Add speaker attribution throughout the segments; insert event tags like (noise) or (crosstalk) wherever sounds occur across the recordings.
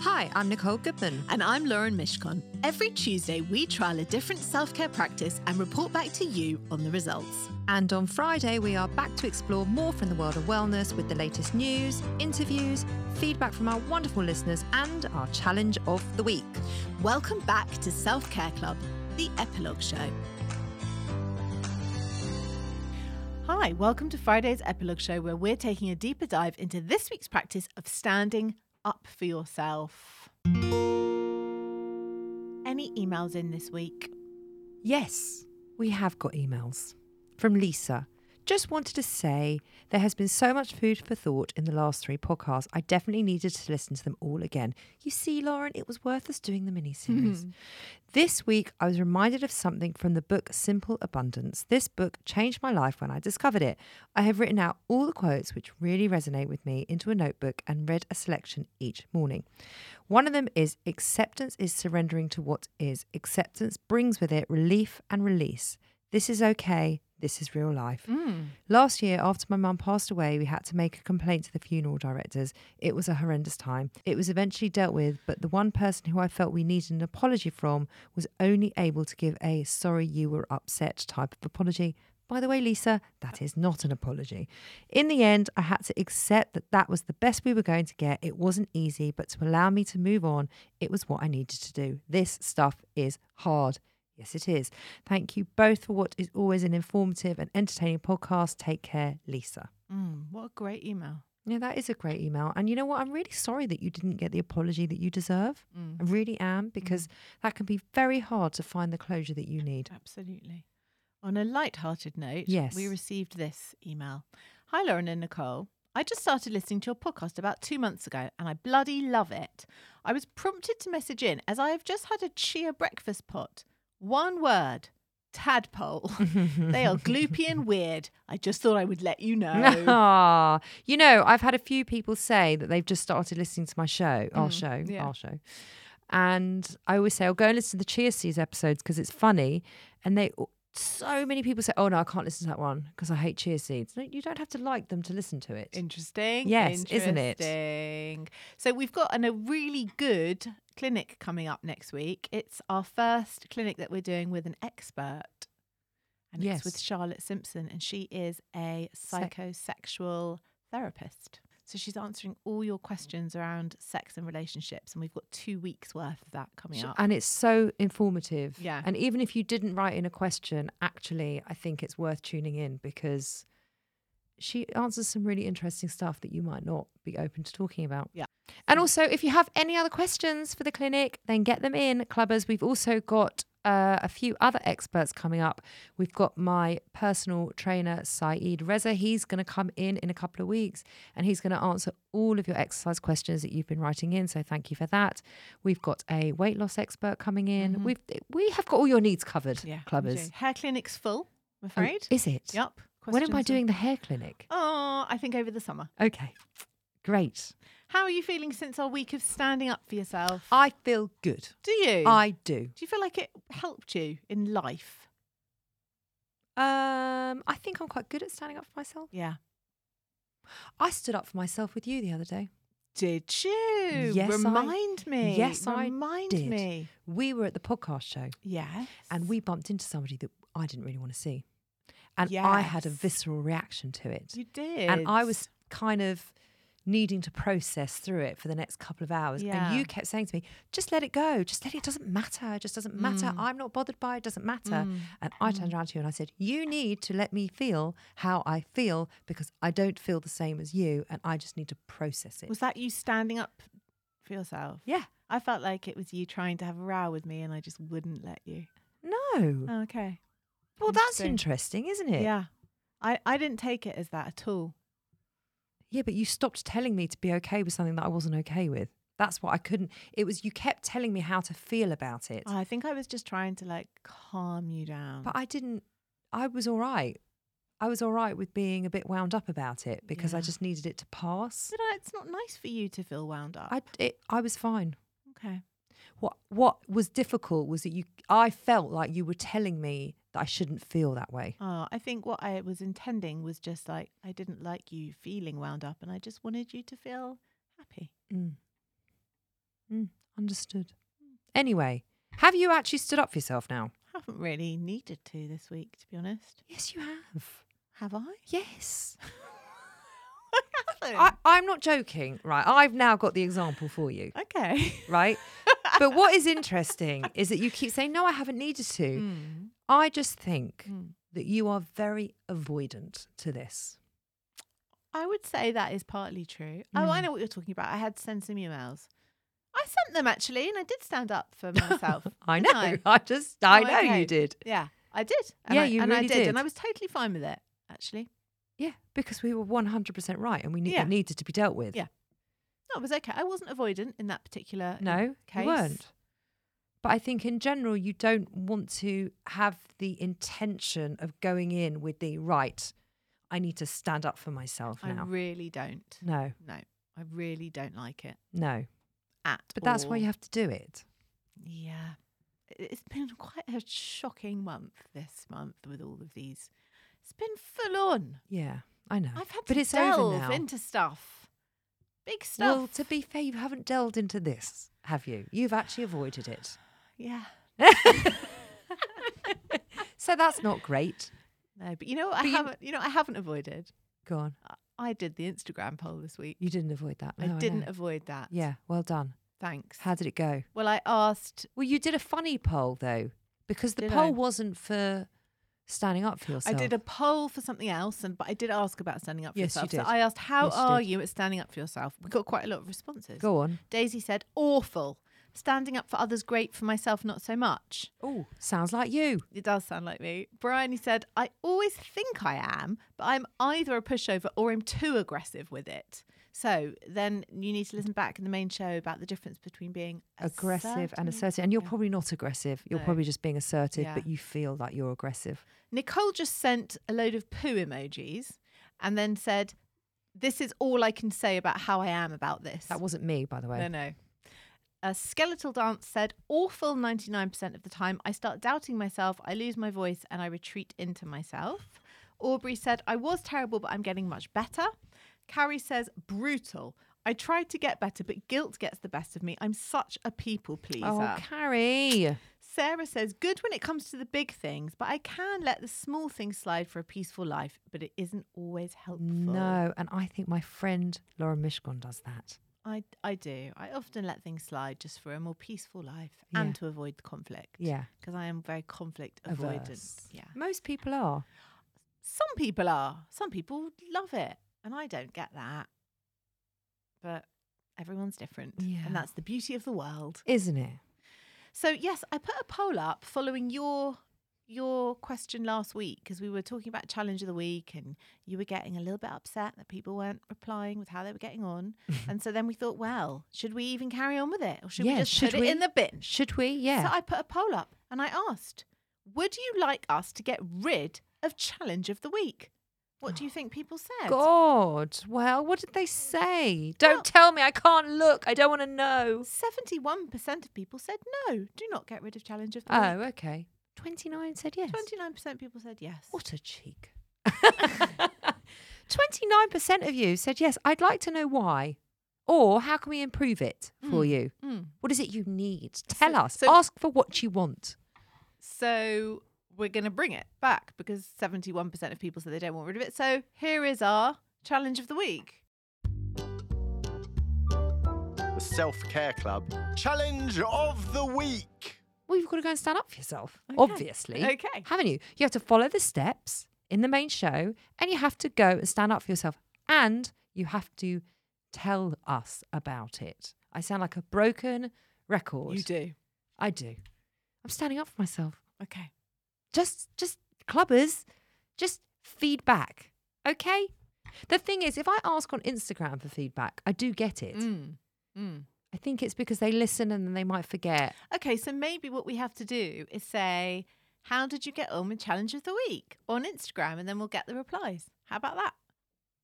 Speaker 1: Hi, I'm Nicole Goodman.
Speaker 2: And I'm Lauren Mishcon. Every Tuesday, we trial a different self care practice and report back to you on the results.
Speaker 1: And on Friday, we are back to explore more from the world of wellness with the latest news, interviews, feedback from our wonderful listeners, and our challenge of the week.
Speaker 2: Welcome back to Self Care Club, the epilogue show. Hi, welcome to Friday's epilogue show, where we're taking a deeper dive into this week's practice of standing up for yourself. Any emails in this week?
Speaker 3: Yes, we have got emails from Lisa. Just wanted to say there has been so much food for thought in the last three podcasts. I definitely needed to listen to them all again. You see, Lauren, it was worth us doing the mini series. This week, I was reminded of something from the book Simple Abundance. This book changed my life when I discovered it. I have written out all the quotes which really resonate with me into a notebook and read a selection each morning. One of them is acceptance is surrendering to what is. Acceptance brings with it relief and release. This is okay. This is real life. Last year, after my mum passed away, we had to make a complaint to the funeral directors. It was a horrendous time. It was eventually dealt with, but the one person who I felt we needed an apology from was only able to give a sorry you were upset type of apology. By the way, Lisa, that is not an apology. In the end, I had to accept that that was the best we were going to get. It wasn't easy, but to allow me to move on, it was what I needed to do. This stuff is hard. Yes, it is. Thank you both for what is always an informative and entertaining podcast. Take care, Lisa.
Speaker 2: Mm, what a great email.
Speaker 3: Yeah, that is a great email. And you know what? I'm really sorry that you didn't get the apology that you deserve. I really am, because that can be very hard to find the closure that you need.
Speaker 2: Absolutely. On a light-hearted note,
Speaker 3: Yes.
Speaker 2: we received this email. Hi Lauren and Nicole. I just started listening to your podcast about two months ago and I bloody love it. I was prompted to message in as I have just had a chia breakfast pot. One word.
Speaker 3: (laughs)
Speaker 2: Tadpole. they are gloopy and weird. I just thought I would
Speaker 3: (laughs)
Speaker 2: let you know.
Speaker 3: Ah, you know, I've had a few people say that they've just started listening to my show, our show,
Speaker 2: Mm, yeah.
Speaker 3: our show. And I always say, I'll go and listen to the Chia Seeds episodes because it's funny. And they, so many people say, oh no, I can't listen to that one because I hate Chia Seeds. No, you don't have to like them to listen to it.
Speaker 2: Interesting.
Speaker 3: Yes, isn't it?
Speaker 2: Interesting. So we've got an, a really good clinic coming up next week. It's our first clinic that we're doing with an expert. And it's with
Speaker 3: Yes.
Speaker 2: Charlotte Simpson, and she is a psychosexual therapist. So she's answering all your questions around sex and relationships, and we've got two weeks worth of that coming
Speaker 3: Sure.
Speaker 2: up.
Speaker 3: And it's so informative.
Speaker 2: Yeah.
Speaker 3: And even if you didn't write in a question, actually, I think it's worth tuning in because she answers some really interesting stuff that you might not be open to talking about.
Speaker 2: Yeah.
Speaker 3: And also, if you have any other questions for the clinic, then get them in, clubbers. We've also got uh, a few other experts coming up. We've got my personal trainer, Saeed Reza. He's going to come in in a couple of weeks and he's going to answer all of your exercise questions that you've been writing in. So thank you for that. We've got a weight loss expert coming in. We've we have got all your needs covered,
Speaker 2: Mm-hmm. yeah, we do.
Speaker 3: clubbers.
Speaker 2: Hair clinic's full,
Speaker 3: Oh,
Speaker 2: I'm afraid.
Speaker 3: is it?
Speaker 2: Yep.
Speaker 3: When am I
Speaker 2: Questions are-
Speaker 3: doing the hair clinic?
Speaker 2: Oh, I think over the summer.
Speaker 3: Okay, great.
Speaker 2: How are you feeling since our week of standing up for yourself?
Speaker 3: I feel good.
Speaker 2: Do you?
Speaker 3: I do.
Speaker 2: Do you feel like it helped you in life?
Speaker 3: Um, I think I'm quite good at standing up for myself.
Speaker 2: Yeah.
Speaker 3: I stood up for myself with you the other day.
Speaker 2: Did you?
Speaker 3: Yes, I-
Speaker 2: Remind me.
Speaker 3: yes, I
Speaker 2: Remind
Speaker 3: did.
Speaker 2: me.
Speaker 3: We were at the podcast show
Speaker 2: Yes.
Speaker 3: and we bumped into somebody that I didn't really want to see. And I had a
Speaker 2: Yes.
Speaker 3: visceral reaction to it.
Speaker 2: You did.
Speaker 3: And I was kind of needing to process through it for the next couple of hours.
Speaker 2: Yeah.
Speaker 3: And you kept saying to me, just let it go. Just let it. It doesn't matter. It just doesn't matter.
Speaker 2: Mm.
Speaker 3: I'm not bothered by it. It doesn't matter. And I turned around to you and I said, you need to let me feel how I feel because I don't feel the same as you. And I just need to process it.
Speaker 2: Was that you standing up for yourself?
Speaker 3: yeah.
Speaker 2: I felt like it was you trying to have a row with me and I just wouldn't let you.
Speaker 3: No.
Speaker 2: Oh, okay.
Speaker 3: well, that's
Speaker 2: interesting.
Speaker 3: interesting, isn't it?
Speaker 2: Yeah. I, I didn't take it as that at all.
Speaker 3: Yeah, but you stopped telling me to be okay with something that I wasn't okay with. That's what I couldn't. It was you kept telling me how to feel about it,
Speaker 2: I think I was just trying to like calm you down.
Speaker 3: but I didn't. I was all right. I was all right with being a bit wound up about it because I
Speaker 2: Yeah.
Speaker 3: just needed it to pass.
Speaker 2: But I- it's not nice for you to feel wound up.
Speaker 3: I it, I was fine.
Speaker 2: okay.
Speaker 3: What what was difficult was that you. I felt like you were telling me that I shouldn't feel that way.
Speaker 2: Oh, I think what I was intending was just like I didn't like you feeling wound up, and I just wanted you to feel happy.
Speaker 3: Mm. Mm, understood. Anyway, have you actually stood up for yourself now?
Speaker 2: Haven't really needed to this week, to be honest.
Speaker 3: Yes, you have.
Speaker 2: Have I? (laughs)
Speaker 3: Yes.
Speaker 2: I haven't.
Speaker 3: I, I'm not joking, right? I've now got the example for you,
Speaker 2: okay.
Speaker 3: (laughs)
Speaker 2: (laughs)
Speaker 3: right? but what is interesting is that you keep saying, no, I haven't needed to.
Speaker 2: Mm. Hmm.
Speaker 3: I just think that you are very avoidant to this.
Speaker 2: I would say that is partly true. Oh,
Speaker 3: Hmm.
Speaker 2: I know what you're talking about. I had sent some emails. I sent them actually, and I did stand up
Speaker 3: (laughs)
Speaker 2: for myself.
Speaker 3: I know.
Speaker 2: didn't
Speaker 3: I, just, I
Speaker 2: Oh,
Speaker 3: know
Speaker 2: okay.
Speaker 3: you did.
Speaker 2: Yeah, I did. And
Speaker 3: Yeah,
Speaker 2: I,
Speaker 3: you
Speaker 2: and I
Speaker 3: really
Speaker 2: did, and
Speaker 3: did.
Speaker 2: I was totally fine with it actually.
Speaker 3: Yeah, because we were 100% right and we knew
Speaker 2: Yeah.
Speaker 3: it needed to be dealt with.
Speaker 2: Yeah. No, it was okay. I wasn't avoidant in that particular um,
Speaker 3: No,
Speaker 2: case.
Speaker 3: you weren't. But I think in general, you don't want to have the intention of going in with the right, I need to stand up for myself
Speaker 2: I
Speaker 3: now.
Speaker 2: really don't.
Speaker 3: no,
Speaker 2: No, I really don't like it
Speaker 3: no.
Speaker 2: at.
Speaker 3: But that's why
Speaker 2: all.
Speaker 3: you have to do it.
Speaker 2: Yeah, It- it's been (laughs) quite a shocking month this month with all of these. It's been full on.
Speaker 3: Yeah, I know.
Speaker 2: I've had
Speaker 3: but
Speaker 2: to
Speaker 3: it's
Speaker 2: delve
Speaker 3: over now.
Speaker 2: into stuff, big stuff.
Speaker 3: well, to be fair, you haven't delved into this, have you? You've actually avoided it.
Speaker 2: yeah.
Speaker 3: (laughs)
Speaker 2: (laughs)
Speaker 3: So that's not great.
Speaker 2: No, but you know what I
Speaker 3: But you-
Speaker 2: haven't. You know what I haven't avoided.
Speaker 3: Go on.
Speaker 2: I- I did the Instagram poll this week.
Speaker 3: You didn't avoid that. No,
Speaker 2: I didn't
Speaker 3: Oh, know.
Speaker 2: avoid that.
Speaker 3: Yeah, well done.
Speaker 2: Thanks.
Speaker 3: How did it go?
Speaker 2: Well, I asked.
Speaker 3: Well, you did a funny poll though, because the
Speaker 2: Did
Speaker 3: poll
Speaker 2: I?
Speaker 3: wasn't for standing up for yourself.
Speaker 2: I did a poll for something else, and but I did ask about standing up for
Speaker 3: Yes, you
Speaker 2: yourself.
Speaker 3: did.
Speaker 2: So I asked, "How
Speaker 3: Yes, you
Speaker 2: are
Speaker 3: did.
Speaker 2: you at standing up for yourself?" We got quite a lot of responses.
Speaker 3: Go on.
Speaker 2: Daisy said, "Awful. Standing up for others, great for myself, not so much."
Speaker 3: Oh, sounds like you.
Speaker 2: It does sound like me. Brian, he said, I always think I am, but I'm either a pushover or I'm too aggressive with it. So then you need to listen back in the main show about the difference between being
Speaker 3: Aggressive and assertive, and you're
Speaker 2: Yeah.
Speaker 3: probably not aggressive. You're
Speaker 2: No.
Speaker 3: probably just being assertive,
Speaker 2: Yeah.
Speaker 3: but you feel like you're aggressive.
Speaker 2: Nicole just sent a load of poo emojis and then said, This is all I can say about how I am about this.
Speaker 3: That wasn't me, by the way.
Speaker 2: No, no. A skeletal dance said, awful 99% of the time. I start doubting myself, I lose my voice, and I retreat into myself. Aubrey said, I was terrible, but I'm getting much better. Carrie says, brutal. I tried to get better, but guilt gets the best of me. I'm such a people pleaser.
Speaker 3: Oh, Carrie.
Speaker 2: Sarah says, good when it comes to the big things, but I can let the small things slide for a peaceful life, but it isn't always helpful.
Speaker 3: No, and I think my friend Laura Mishkon does that.
Speaker 2: I, I do. I often let things slide just for a more peaceful life
Speaker 3: Yeah.
Speaker 2: and to avoid the conflict.
Speaker 3: Yeah.
Speaker 2: Because I am very conflict avoidant.
Speaker 3: Averse.
Speaker 2: Yeah.
Speaker 3: Most people are.
Speaker 2: Some people are. Some people love it. And I don't get that. But everyone's different.
Speaker 3: Yeah.
Speaker 2: And that's the beauty of the world.
Speaker 3: Isn't it?
Speaker 2: So yes, I put a poll up following your your question last week because we were talking about challenge of the week and you were getting a little bit upset that people weren't replying with how they were getting on. and so then we thought, well, should we even carry on with it or should
Speaker 3: Mm-hmm. Yeah,
Speaker 2: we just
Speaker 3: should
Speaker 2: put
Speaker 3: we?
Speaker 2: it in the bin?
Speaker 3: Should we? Yeah.
Speaker 2: So I put a poll up and I asked, would you like us to get rid of challenge of the week? What do you think
Speaker 3: (gasps)
Speaker 2: people said?
Speaker 3: God. Well, what did they say? Don't
Speaker 2: Well-
Speaker 3: tell me. I can't look. I don't want to know.
Speaker 2: 71% of people said no, do not get rid of challenge of the
Speaker 3: Oh,
Speaker 2: week.
Speaker 3: okay. 29 said yes.
Speaker 2: 29% of people said yes.
Speaker 3: What a cheek. (laughs) 29% of you said yes. I'd like to know why. Or how can we improve it for you?
Speaker 2: Mm.
Speaker 3: What is it you need? Tell us.
Speaker 2: so-
Speaker 3: Ask for what you want.
Speaker 2: So we're going to bring it back because 71% of people said they don't want rid of it. So here is our challenge of the week.
Speaker 4: the Self Care Club Challenge of the Week.
Speaker 3: Well, you've got to go and stand up for yourself,
Speaker 2: Okay.
Speaker 3: obviously.
Speaker 2: Okay.
Speaker 3: Haven't you? You have to follow the steps in the main show and you have to go and stand up for yourself. And you have to tell us about it. I sound like a broken record.
Speaker 2: You do.
Speaker 3: I do. I'm standing up for myself.
Speaker 2: Okay.
Speaker 3: Just, just clubbers, just feedback. Okay? The thing is, if I ask on Instagram for feedback, I do get it.
Speaker 2: Mm. Mm.
Speaker 3: I think it's because they listen and then they might forget.
Speaker 2: Okay, so maybe what we have to do is say, How did you get on with Challenge of the Week on Instagram? And then we'll get the replies. How about that?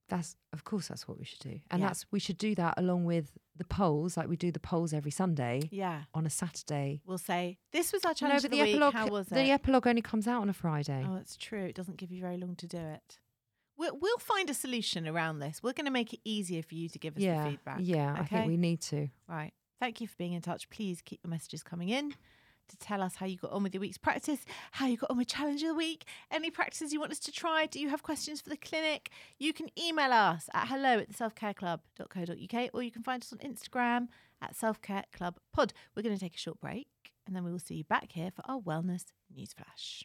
Speaker 3: That's of course that's what we should do, and
Speaker 2: Yeah.
Speaker 3: that's we should do that along with the polls, like we do the polls every Sunday
Speaker 2: Yeah.
Speaker 3: on a Saturday.
Speaker 2: We'll say, This was our challenge
Speaker 3: no, but
Speaker 2: of the, week.
Speaker 3: epilogue
Speaker 2: How was
Speaker 3: the
Speaker 2: it?
Speaker 3: epilogue only comes out on a Friday.
Speaker 2: Oh, that's true. It doesn't give you very long to do it. We'll, we'll find a solution around this. We're going to make it easier for you to give us
Speaker 3: yeah,
Speaker 2: the feedback.
Speaker 3: yeah,
Speaker 2: okay?
Speaker 3: I think we need to.
Speaker 2: Right. Thank you for being in touch. Please keep the messages coming in to tell us how you got on with your week's practice, how you got on with challenge of the week, any practices you want us to try. Do you have questions for the clinic? You can email us at hello at the selfcareclub.co.uk or you can find us on Instagram at selfcareclubpod. We're going to take a short break and then we will see you back here for our wellness newsflash.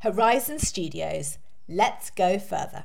Speaker 5: Horizon Studios, let's go further.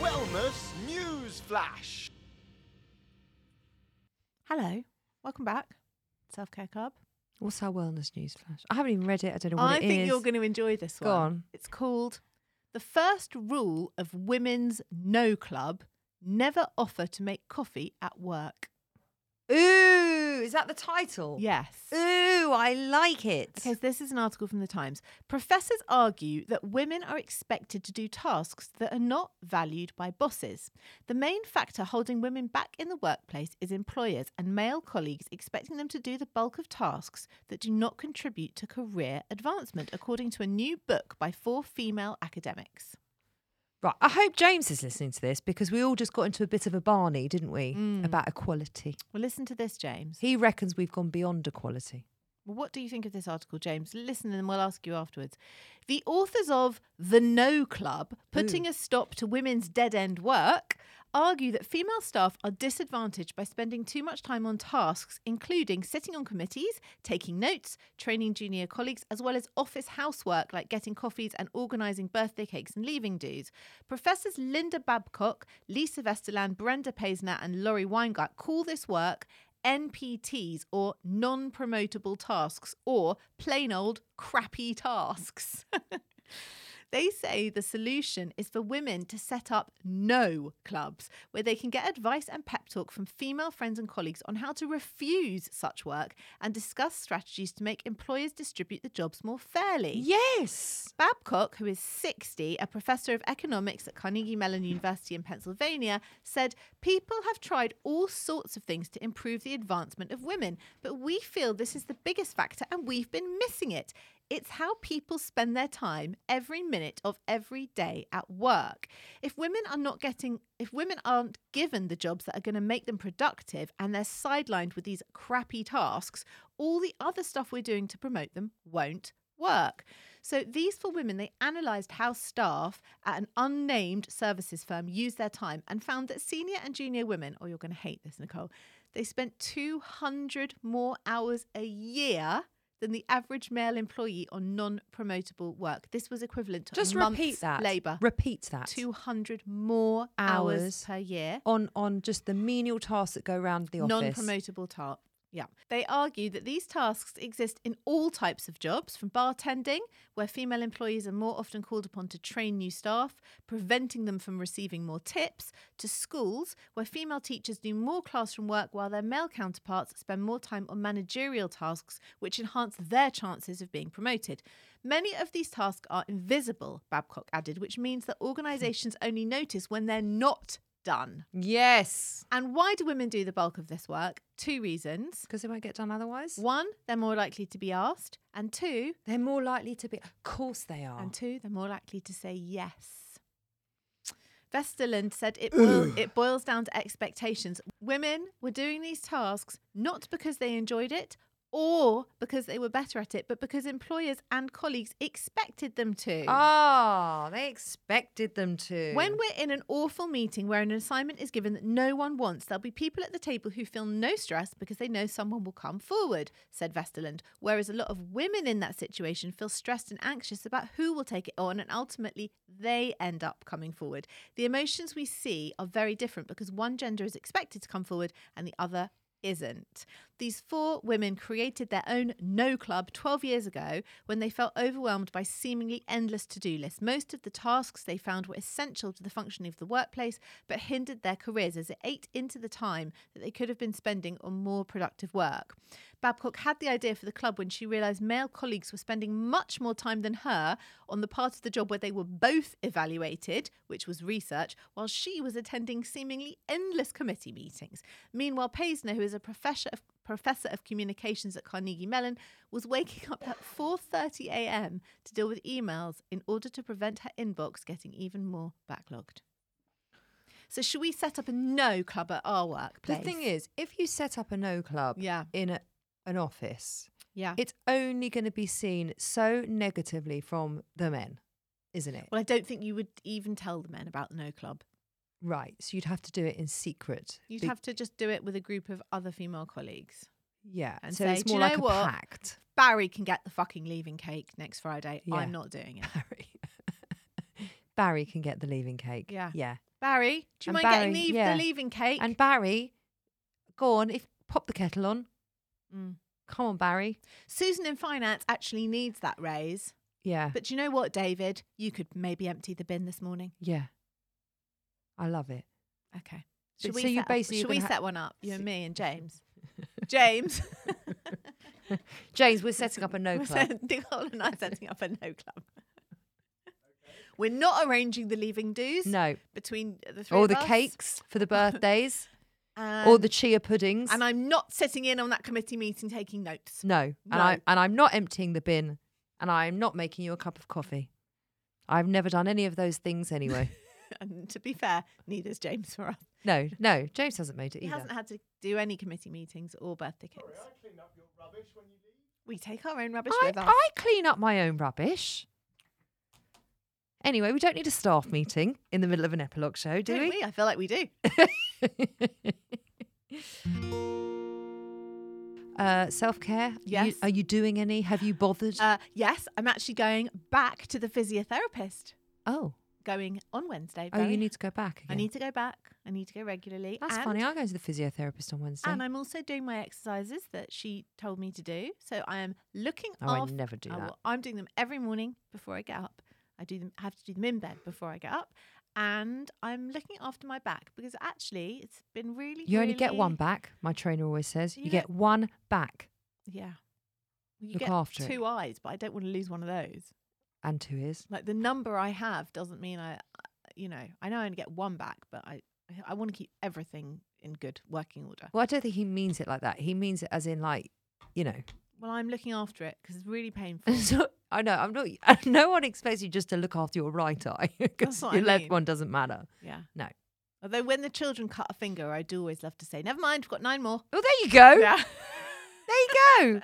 Speaker 4: Wellness News Flash.
Speaker 2: Hello, welcome back, Self Care Club.
Speaker 3: What's our wellness news flash? I haven't even read it. I don't know what
Speaker 2: I
Speaker 3: it
Speaker 2: think
Speaker 3: is.
Speaker 2: you're going to enjoy this
Speaker 3: Go
Speaker 2: one.
Speaker 3: on.
Speaker 2: It's called The First Rule of Women's No Club Never Offer to Make Coffee at Work.
Speaker 3: Ooh, is that the title?
Speaker 2: Yes.
Speaker 3: Oh. Ooh, I like it.
Speaker 2: Okay, so this is an article from the Times. Professors argue that women are expected to do tasks that are not valued by bosses. The main factor holding women back in the workplace is employers and male colleagues expecting them to do the bulk of tasks that do not contribute to career advancement, according to a new book by four female academics.
Speaker 3: Right. I hope James is listening to this because we all just got into a bit of a Barney, didn't we?
Speaker 2: Mm.
Speaker 3: About equality.
Speaker 2: Well, listen to this, James.
Speaker 3: He reckons we've gone beyond equality.
Speaker 2: Well, What do you think of this article, James? Listen and we'll ask you afterwards. The authors of The No Club, putting a stop to women's dead end work, argue that female staff are disadvantaged by spending too much time on tasks, including sitting on committees, taking notes, training junior colleagues, as well as office housework like getting coffees and organising birthday cakes and leaving dues. Professors Linda Babcock, Lisa Vesterland, Brenda Paisner, and Laurie Weingart call this work NPTs or non promotable tasks or plain old crappy tasks. (laughs) They say the solution is for women to set up no clubs where they can get advice and pep talk from female friends and colleagues on how to refuse such work and discuss strategies to make employers distribute the jobs more fairly.
Speaker 3: Yes.
Speaker 2: Babcock, who is 60, a professor of economics at Carnegie Mellon University in Pennsylvania, said people have tried all sorts of things to improve the advancement of women, but we feel this is the biggest factor and we've been missing it. It's how people spend their time every minute of every day at work. If women are not getting if women aren't given the jobs that are going to make them productive and they're sidelined with these crappy tasks, all the other stuff we're doing to promote them won't work. So these four women, they analysed how staff at an unnamed services firm use their time and found that senior and junior women, oh, you're going to hate this, Nicole, they spent 200 more hours a year than the average male employee on non-promotable work. This was equivalent to
Speaker 3: Just
Speaker 2: a month's
Speaker 3: repeat that.
Speaker 2: labour.
Speaker 3: Repeat that.
Speaker 2: 200 more hours,
Speaker 3: Hours.
Speaker 2: per year.
Speaker 3: on on just the menial tasks that go around the office.
Speaker 2: Non-promotable task. Yeah. They argue that these tasks exist in all types of jobs, from bartending, where female employees are more often called upon to train new staff, preventing them from receiving more tips, to schools, where female teachers do more classroom work while their male counterparts spend more time on managerial tasks, which enhance their chances of being promoted. Many of these tasks are invisible, Babcock added, which
Speaker 3: (laughs)
Speaker 2: means that organisations only notice when they're not done.
Speaker 3: Yes.
Speaker 2: And why do women do the bulk of this work? Two reasons.
Speaker 3: Because they won't get done otherwise.
Speaker 2: One, they're more likely to be asked, and two,
Speaker 3: They're more likely to be. Of course they are.
Speaker 2: and two, they're more likely to say yes. Vesterland said it, boil, it boils down to expectations. Women were doing these tasks not because they enjoyed it or because they were better at it, but because employers and colleagues expected them to.
Speaker 3: Ah, they expected them to.
Speaker 2: When we're in an awful meeting where an assignment is given that no one wants, there'll be people at the table who feel no stress because they know someone will come forward, said Vesterland. Whereas a lot of women in that situation feel stressed and anxious about who will take it on, and ultimately they end up coming forward. The emotions we see are very different because one gender is expected to come forward and the other isn't. These four women created their own No Club 12 years ago when they felt overwhelmed by seemingly endless to do lists. Most of the tasks they found were essential to the functioning of the workplace, but hindered their careers as it ate into the time that they could have been spending on more productive work. Babcock had the idea for the club when she realised male colleagues were spending much more time than her on the part of the job where they were both evaluated, which was research, while she was attending seemingly endless committee meetings. Meanwhile, Paisner, who is a professor of professor of communications at Carnegie Mellon, was waking up at 4:30 a.m. to deal with emails in order to prevent her inbox getting even more backlogged. So, should we set up a no club at our
Speaker 3: the
Speaker 2: workplace?
Speaker 3: thing is, if you set up a no club
Speaker 2: Yeah.
Speaker 3: in a, an office,
Speaker 2: yeah,
Speaker 3: it's only going to be seen so negatively from the men, isn't it?
Speaker 2: well, I don't think you would even tell the men about the no club.
Speaker 3: right. So you'd have to do it in secret.
Speaker 2: You'd
Speaker 3: Be-
Speaker 2: have to just do it with a group of other female colleagues.
Speaker 3: Yeah.
Speaker 2: and
Speaker 3: so
Speaker 2: say,
Speaker 3: it's
Speaker 2: "Do you
Speaker 3: more like
Speaker 2: know
Speaker 3: a
Speaker 2: what?
Speaker 3: pact.
Speaker 2: Barry can get the fucking leaving cake next Friday.
Speaker 3: Yeah.
Speaker 2: I'm not doing it.
Speaker 3: (laughs)
Speaker 2: (laughs)
Speaker 3: Barry. Barry can get the leaving cake.
Speaker 2: Yeah.
Speaker 3: Yeah.
Speaker 2: Barry, do you
Speaker 3: And
Speaker 2: mind
Speaker 3: Barry,
Speaker 2: getting the,
Speaker 3: yeah.
Speaker 2: the leaving cake?
Speaker 3: And Barry, go on, if pop the kettle on.
Speaker 2: Mm.
Speaker 3: Come on, Barry.
Speaker 2: Susan in finance actually needs that raise.
Speaker 3: Yeah.
Speaker 2: But do you know what, David? You could maybe empty the bin this morning.
Speaker 3: yeah. I love it.
Speaker 2: Okay.
Speaker 3: But
Speaker 2: Should we
Speaker 3: so you
Speaker 2: set, up-
Speaker 3: basically you're
Speaker 2: should we
Speaker 3: gonna ha-
Speaker 2: set one up? You and me and
Speaker 3: (laughs)
Speaker 2: James. James.
Speaker 3: James, we're setting up a no
Speaker 2: (laughs) We're
Speaker 3: club.
Speaker 2: set- Nicole and I setting up a no club. (laughs) We're not arranging the leaving dues.
Speaker 3: No.
Speaker 2: Between the three
Speaker 3: All
Speaker 2: of
Speaker 3: the
Speaker 2: us. Um,
Speaker 3: cakes
Speaker 2: (laughs)
Speaker 3: for the birthdays,
Speaker 2: and,
Speaker 3: all the chia puddings.
Speaker 2: and I'm not sitting in on that committee meeting taking notes.
Speaker 3: no. And
Speaker 2: No.
Speaker 3: I and I'm not emptying the bin and I'm not making you a cup of coffee. I've never done any of those things
Speaker 2: (laughs)
Speaker 3: anyway.
Speaker 2: (laughs) And to be fair, neither's James for us.
Speaker 3: no, no, James hasn't made it
Speaker 2: He
Speaker 3: either.
Speaker 2: hasn't had to do any committee meetings or birthday cakes. We take our own rubbish
Speaker 3: I,
Speaker 2: with us.
Speaker 3: I clean up my own rubbish. Anyway, we don't need a staff meeting in the middle of an epilogue show, do
Speaker 2: Don't we? I feel like we do. (laughs)
Speaker 3: (laughs) Uh, Self care.
Speaker 2: Yes.
Speaker 3: are you doing any? Have you bothered?
Speaker 2: Uh, yes, I'm actually going back to the physiotherapist.
Speaker 3: oh,
Speaker 2: going on Wednesday.
Speaker 3: Oh,
Speaker 2: very-
Speaker 3: you need to go back again.
Speaker 2: I need to go back. I need to go regularly.
Speaker 3: That's
Speaker 2: and,
Speaker 3: funny. I'll go to the physiotherapist on Wednesday.
Speaker 2: And I'm also doing my exercises that she told me to do. So I am looking
Speaker 3: Oh, I
Speaker 2: af-
Speaker 3: never do that.
Speaker 2: will- I'm doing them every morning before I get up. I do them have to do them in bed before I get up. And I'm looking after my back because actually it's been really
Speaker 3: you only get one
Speaker 2: really-
Speaker 3: back, my trainer always says. You,
Speaker 2: You
Speaker 3: get
Speaker 2: get-
Speaker 3: one back
Speaker 2: Yeah. You
Speaker 3: Look
Speaker 2: get
Speaker 3: after it.
Speaker 2: two eyes, but I don't want to lose one of those.
Speaker 3: and two ears.
Speaker 2: Like the number I have doesn't mean I, you know, I know I only get one back, but I, I want to keep everything in good working order.
Speaker 3: Well, I don't think he means it like that. He means it as in like, you
Speaker 2: (laughs)
Speaker 3: know.
Speaker 2: Well, I'm looking after it because
Speaker 3: (laughs)
Speaker 2: it's really painful.
Speaker 3: so, I know. I'm not. (laughs) No one expects you just to look after your right eye (laughs) because
Speaker 2: That's
Speaker 3: your
Speaker 2: what I
Speaker 3: left
Speaker 2: mean.
Speaker 3: one doesn't matter.
Speaker 2: yeah.
Speaker 3: No.
Speaker 2: Although when the children cut a finger, I do always love to say, "Never mind, we've got nine more."
Speaker 3: Well, there you go.
Speaker 2: Yeah. (laughs)
Speaker 3: There you go.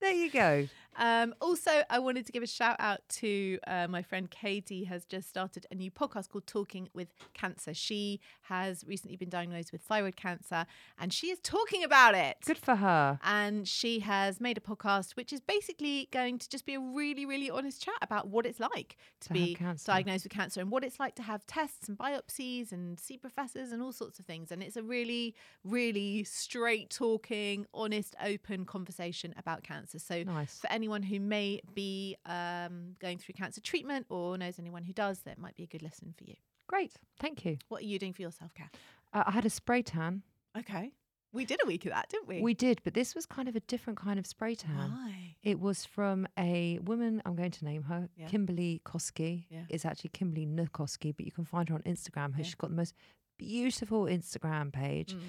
Speaker 3: there you go.
Speaker 2: Um, also, I wanted to give a shout out to uh, my friend Katie has just started a new podcast called Talking with Cancer. She has recently been diagnosed with thyroid cancer, and she is talking about it.
Speaker 3: Good for her.
Speaker 2: and she has made a podcast which is basically going to just be a really really honest chat about what it's like to,
Speaker 3: To have
Speaker 2: be
Speaker 3: cancer.
Speaker 2: diagnosed with cancer and what it's like to have tests and biopsies and see professors and all sorts of things and it's a really really straight talking honest open conversation about cancer so
Speaker 3: Nice.
Speaker 2: for anyone who may be um, going through cancer treatment or knows anyone who does that might be a good lesson for you
Speaker 3: Great. Thank you.
Speaker 2: what are you doing for your self-care
Speaker 3: Uh, I had a spray tan.
Speaker 2: okay we did a week of that didn't we
Speaker 3: We did, but this was kind of a different kind of spray tan.
Speaker 2: why
Speaker 3: It was from a woman, I'm going to name her,
Speaker 2: Yeah.
Speaker 3: Kimberly Koski.
Speaker 2: Yeah.
Speaker 3: It's actually Kimberly Nukoski, but you can find her on Instagram. Her- She's got the most beautiful Instagram page.
Speaker 2: Mm.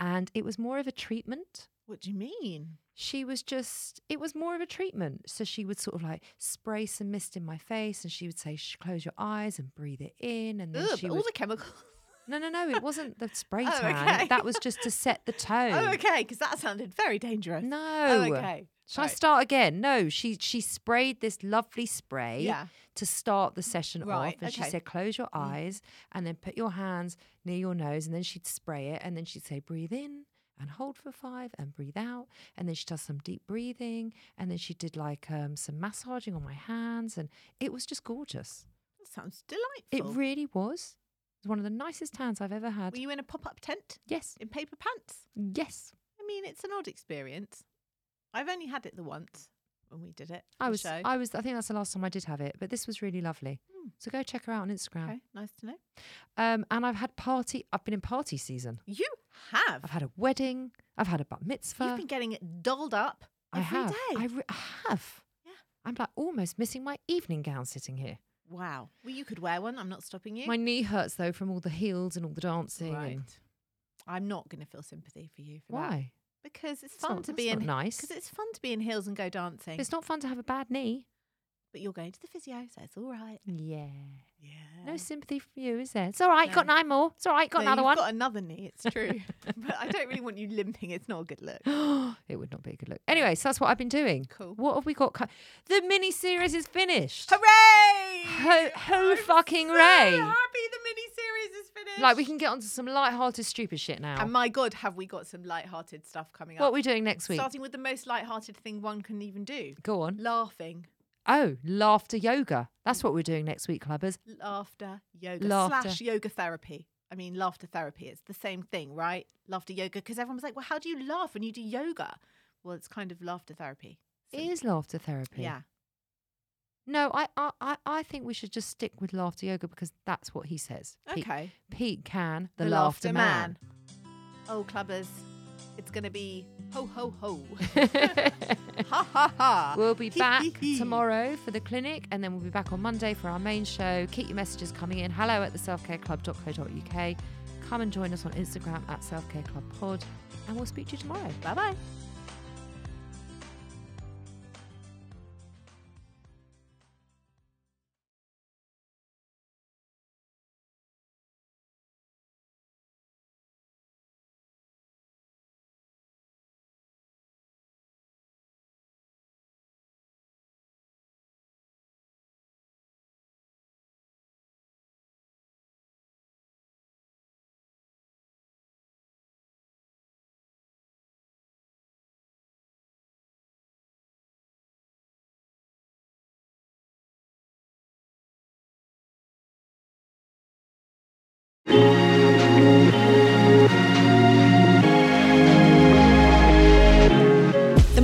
Speaker 3: And it was more of a treatment.
Speaker 2: what do you mean
Speaker 3: She was just, it was more of a treatment. So she would sort of like spray some mist in my face and she would say, Shh, close your eyes and breathe it in. And then
Speaker 2: Ugh,
Speaker 3: she
Speaker 2: but all
Speaker 3: would.
Speaker 2: the chemicals. (laughs)
Speaker 3: no, no, no, it wasn't the spray
Speaker 2: Oh,
Speaker 3: tan.
Speaker 2: okay.
Speaker 3: That was just to set the tone.
Speaker 2: (laughs) Oh, okay, because that sounded very dangerous.
Speaker 3: No.
Speaker 2: Oh, okay.
Speaker 3: Shall I
Speaker 2: Right.
Speaker 3: start again? No, she she sprayed this lovely spray
Speaker 2: Yeah.
Speaker 3: to start the session
Speaker 2: Right,
Speaker 3: off, and she
Speaker 2: okay. Mm.
Speaker 3: said, "Close your eyes, and then put your hands near your nose, and then she'd spray it, and then she'd say, breathe in." And hold for five and breathe out. And then she does some deep breathing. And then she did like um, some massaging on my hands. And it was just gorgeous.
Speaker 2: That sounds delightful.
Speaker 3: It really was. It was one of the nicest tans I've ever had.
Speaker 2: Were you in a pop-up tent
Speaker 3: yes.
Speaker 2: in paper pants?
Speaker 3: Yes.
Speaker 2: I mean, it's an odd experience. I've only had it the once when we did it.
Speaker 3: I
Speaker 2: the
Speaker 3: was,
Speaker 2: Show. Hmm,
Speaker 3: I was, I think that's the last time I did have it, but this was really lovely. So go check her out on Instagram.
Speaker 2: okay, nice to know.
Speaker 3: Um, and I've had party, I've been in party season.
Speaker 2: You have.
Speaker 3: I've had a wedding, I've had a bat mitzvah.
Speaker 2: You've been getting it dolled up
Speaker 3: I
Speaker 2: every
Speaker 3: have.
Speaker 2: day.
Speaker 3: I, re- I have.
Speaker 2: Yeah.
Speaker 3: I'm like almost missing my evening gown sitting here.
Speaker 2: wow. Well, you could wear one. I'm not stopping you.
Speaker 3: My knee hurts though from all the heels and all the dancing.
Speaker 2: right.
Speaker 3: and-
Speaker 2: I'm not going to feel sympathy for you for that.
Speaker 3: Why?
Speaker 2: Because it's
Speaker 3: It's
Speaker 2: fun
Speaker 3: not-
Speaker 2: to be
Speaker 3: that's
Speaker 2: in
Speaker 3: not nice.
Speaker 2: Because it's fun to be in heels and go dancing.
Speaker 3: It's not fun to have a bad knee.
Speaker 2: but you're going to the physio, so it's all right.
Speaker 3: Yeah.
Speaker 2: Yeah.
Speaker 3: No sympathy for you, is there? It's all right. Got
Speaker 2: No.
Speaker 3: nine more. It's all right. Got
Speaker 2: No,
Speaker 3: another
Speaker 2: you've
Speaker 3: one.
Speaker 2: Got another knee.
Speaker 3: (laughs)
Speaker 2: It's true, but I don't really want you limping. It's not a
Speaker 3: (gasps)
Speaker 2: good look.
Speaker 3: it would not be a good look. Anyway, so that's what I've been doing.
Speaker 2: Cool.
Speaker 3: What have we got? Co- the mini series is finished.
Speaker 2: Hooray!
Speaker 3: Ho- ho
Speaker 2: I'm
Speaker 3: fucking
Speaker 2: so
Speaker 3: ray.
Speaker 2: Happy the mini series is finished.
Speaker 3: Like we can get onto some light-hearted, stupid shit now.
Speaker 2: And my God, have we got some light-hearted stuff coming up?
Speaker 3: What are we doing next week?
Speaker 2: Starting with the most light-hearted thing one can even do:
Speaker 3: Go on.
Speaker 2: laughing,
Speaker 3: Oh, laughter yoga. That's what we're doing next week, clubbers.
Speaker 2: laughter, yoga
Speaker 3: Laughter.
Speaker 2: slash yoga therapy. I mean, laughter therapy. It's the same thing, right? Laughter yoga. Because everyone's like, "Well, how do you laugh when you do yoga?" Well, it's kind of laughter therapy. So-
Speaker 3: It is laughter therapy.
Speaker 2: Yeah.
Speaker 3: No, I, I, I- I think we should just stick with laughter yoga because that's what he says. Pete-
Speaker 2: Okay.
Speaker 3: Pete Can, the, laughter, man.
Speaker 2: Oh, clubbers, it's going to be ho, ho,
Speaker 3: (laughs)
Speaker 2: ho. (laughs) ha, ha, ha.
Speaker 3: We'll be
Speaker 2: Hee,
Speaker 3: back
Speaker 2: hee, hee.
Speaker 3: tomorrow for the clinic and then we'll be back on Monday for our main show. Keep your messages coming in. Hello at the selfcareclub.co.uk. Come and join us on Instagram at selfcareclubpod and we'll speak to you tomorrow.
Speaker 2: Bye bye.
Speaker 6: The